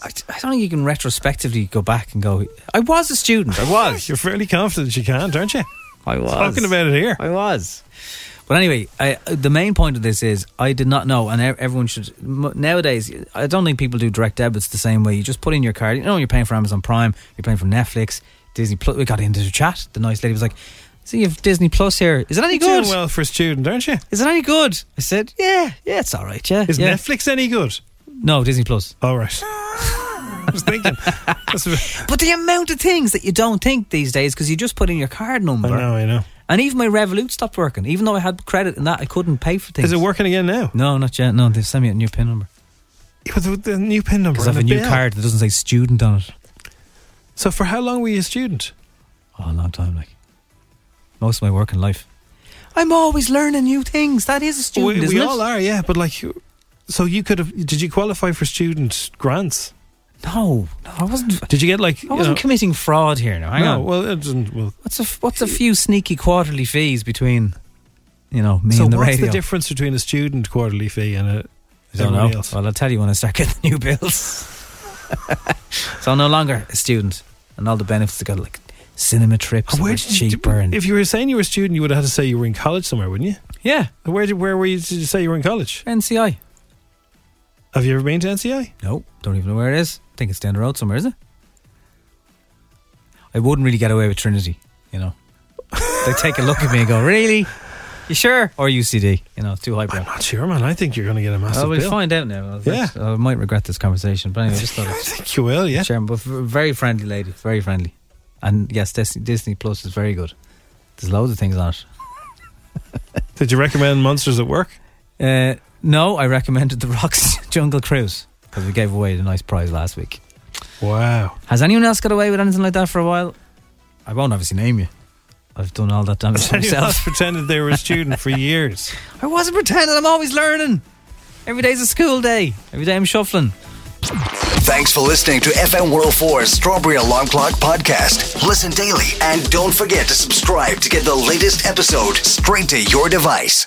Speaker 2: I, I don't think you can retrospectively go back and go. I was a student. I was.
Speaker 3: you're fairly confident you can't, aren't you?
Speaker 2: I was
Speaker 3: Talking about it here.
Speaker 2: I was. But anyway, I, the main point of this is I did not know, and e- everyone should m- nowadays. I don't think people do direct debits the same way. You just put in your card. You know, you're paying for Amazon Prime, you're paying for Netflix, Disney Plus. We got into the chat. The nice lady was like, "See, you have Disney Plus here. Is it any
Speaker 3: You're
Speaker 2: good?
Speaker 3: Doing well for a student, aren't you?
Speaker 2: Is it any good?" I said, "Yeah, yeah, it's all right. Yeah,
Speaker 3: Is
Speaker 2: yeah.
Speaker 3: Netflix any good?
Speaker 2: No, Disney Plus. [laughs]
Speaker 3: All right. I was thinking.
Speaker 2: but the amount of things that you don't think these days because you just put in your card number.
Speaker 3: I know, I know.
Speaker 2: And even my Revolut stopped working. Even though I had credit and that, I couldn't pay for things.
Speaker 3: Is it working again now?
Speaker 2: No, not yet. No, they sent me a new PIN number.
Speaker 3: Yeah, but the, the new pin number.
Speaker 2: Because I
Speaker 3: and
Speaker 2: have a
Speaker 3: the
Speaker 2: new
Speaker 3: bill.
Speaker 2: card that doesn't say student on it.
Speaker 3: So for how long were you a student?
Speaker 2: Oh, a long time, like. Most of my working life. I'm always learning new things. That is a student,
Speaker 3: we
Speaker 2: isn't
Speaker 3: we
Speaker 2: it?
Speaker 3: all are, yeah. But like, you- so you could have. Did you qualify for student grants?
Speaker 2: No, no, I wasn't.
Speaker 3: Did you get like?
Speaker 2: I wasn't committing fraud here. Now, hang
Speaker 3: no,
Speaker 2: on.
Speaker 3: Well, it doesn't. Well,
Speaker 2: what's a f- what's a few sneaky quarterly fees between, you know, me
Speaker 3: so
Speaker 2: and the
Speaker 3: what's
Speaker 2: radio?
Speaker 3: the difference between a student quarterly fee and a?
Speaker 2: I don't
Speaker 3: everybody
Speaker 2: know.
Speaker 3: Else?
Speaker 2: Well, I'll tell you when I start getting new bills. [laughs] so I'm no longer a student, and all the benefits I got like cinema trips, where
Speaker 3: did you-
Speaker 2: cheaper, and
Speaker 3: If you were saying you were a student, you would have had to say you were in college somewhere, wouldn't you?
Speaker 2: yeah,
Speaker 3: Where did, where were you? Did you say you were in college?
Speaker 2: NCI.
Speaker 3: Have you ever been to NCI?
Speaker 2: No, don't even know where it is. think it's down the road somewhere, is it? I wouldn't really get away with Trinity, you know. [laughs] they take a look at me and go, "Really? You sure?" Or UCD, you know, too highbrow.
Speaker 3: Not sure, man. I think you're going to get a massive
Speaker 2: Oh, Well, we'll
Speaker 3: bill.
Speaker 2: find out now.
Speaker 3: Yeah.
Speaker 2: I might regret this conversation, but anyway, I just thought. I
Speaker 3: [laughs]
Speaker 2: [laughs]
Speaker 3: think you will, yeah.
Speaker 2: Sharon, but v- very friendly lady, very friendly, and yes, Disney, Disney Plus is very good. There's loads of things on it.
Speaker 3: Did you recommend Monsters at Work?
Speaker 2: Uh, no, I recommended The Rock's [laughs] Jungle Cruise because we gave away the nice prize last week.
Speaker 3: Wow.
Speaker 2: Has anyone else got away with anything like that for a while? I won't obviously name you. I've done all that damage [laughs]
Speaker 3: Has
Speaker 2: to
Speaker 3: anyone else
Speaker 2: myself.
Speaker 3: pretended they were a student for years?
Speaker 2: I wasn't pretending. I'm always learning. Every day's a school day. Every day I'm shuffling.
Speaker 1: Thanks for listening to FM 104's Strawberry Alarm Clock podcast. Listen daily and don't forget to subscribe to get the latest episode straight to your device.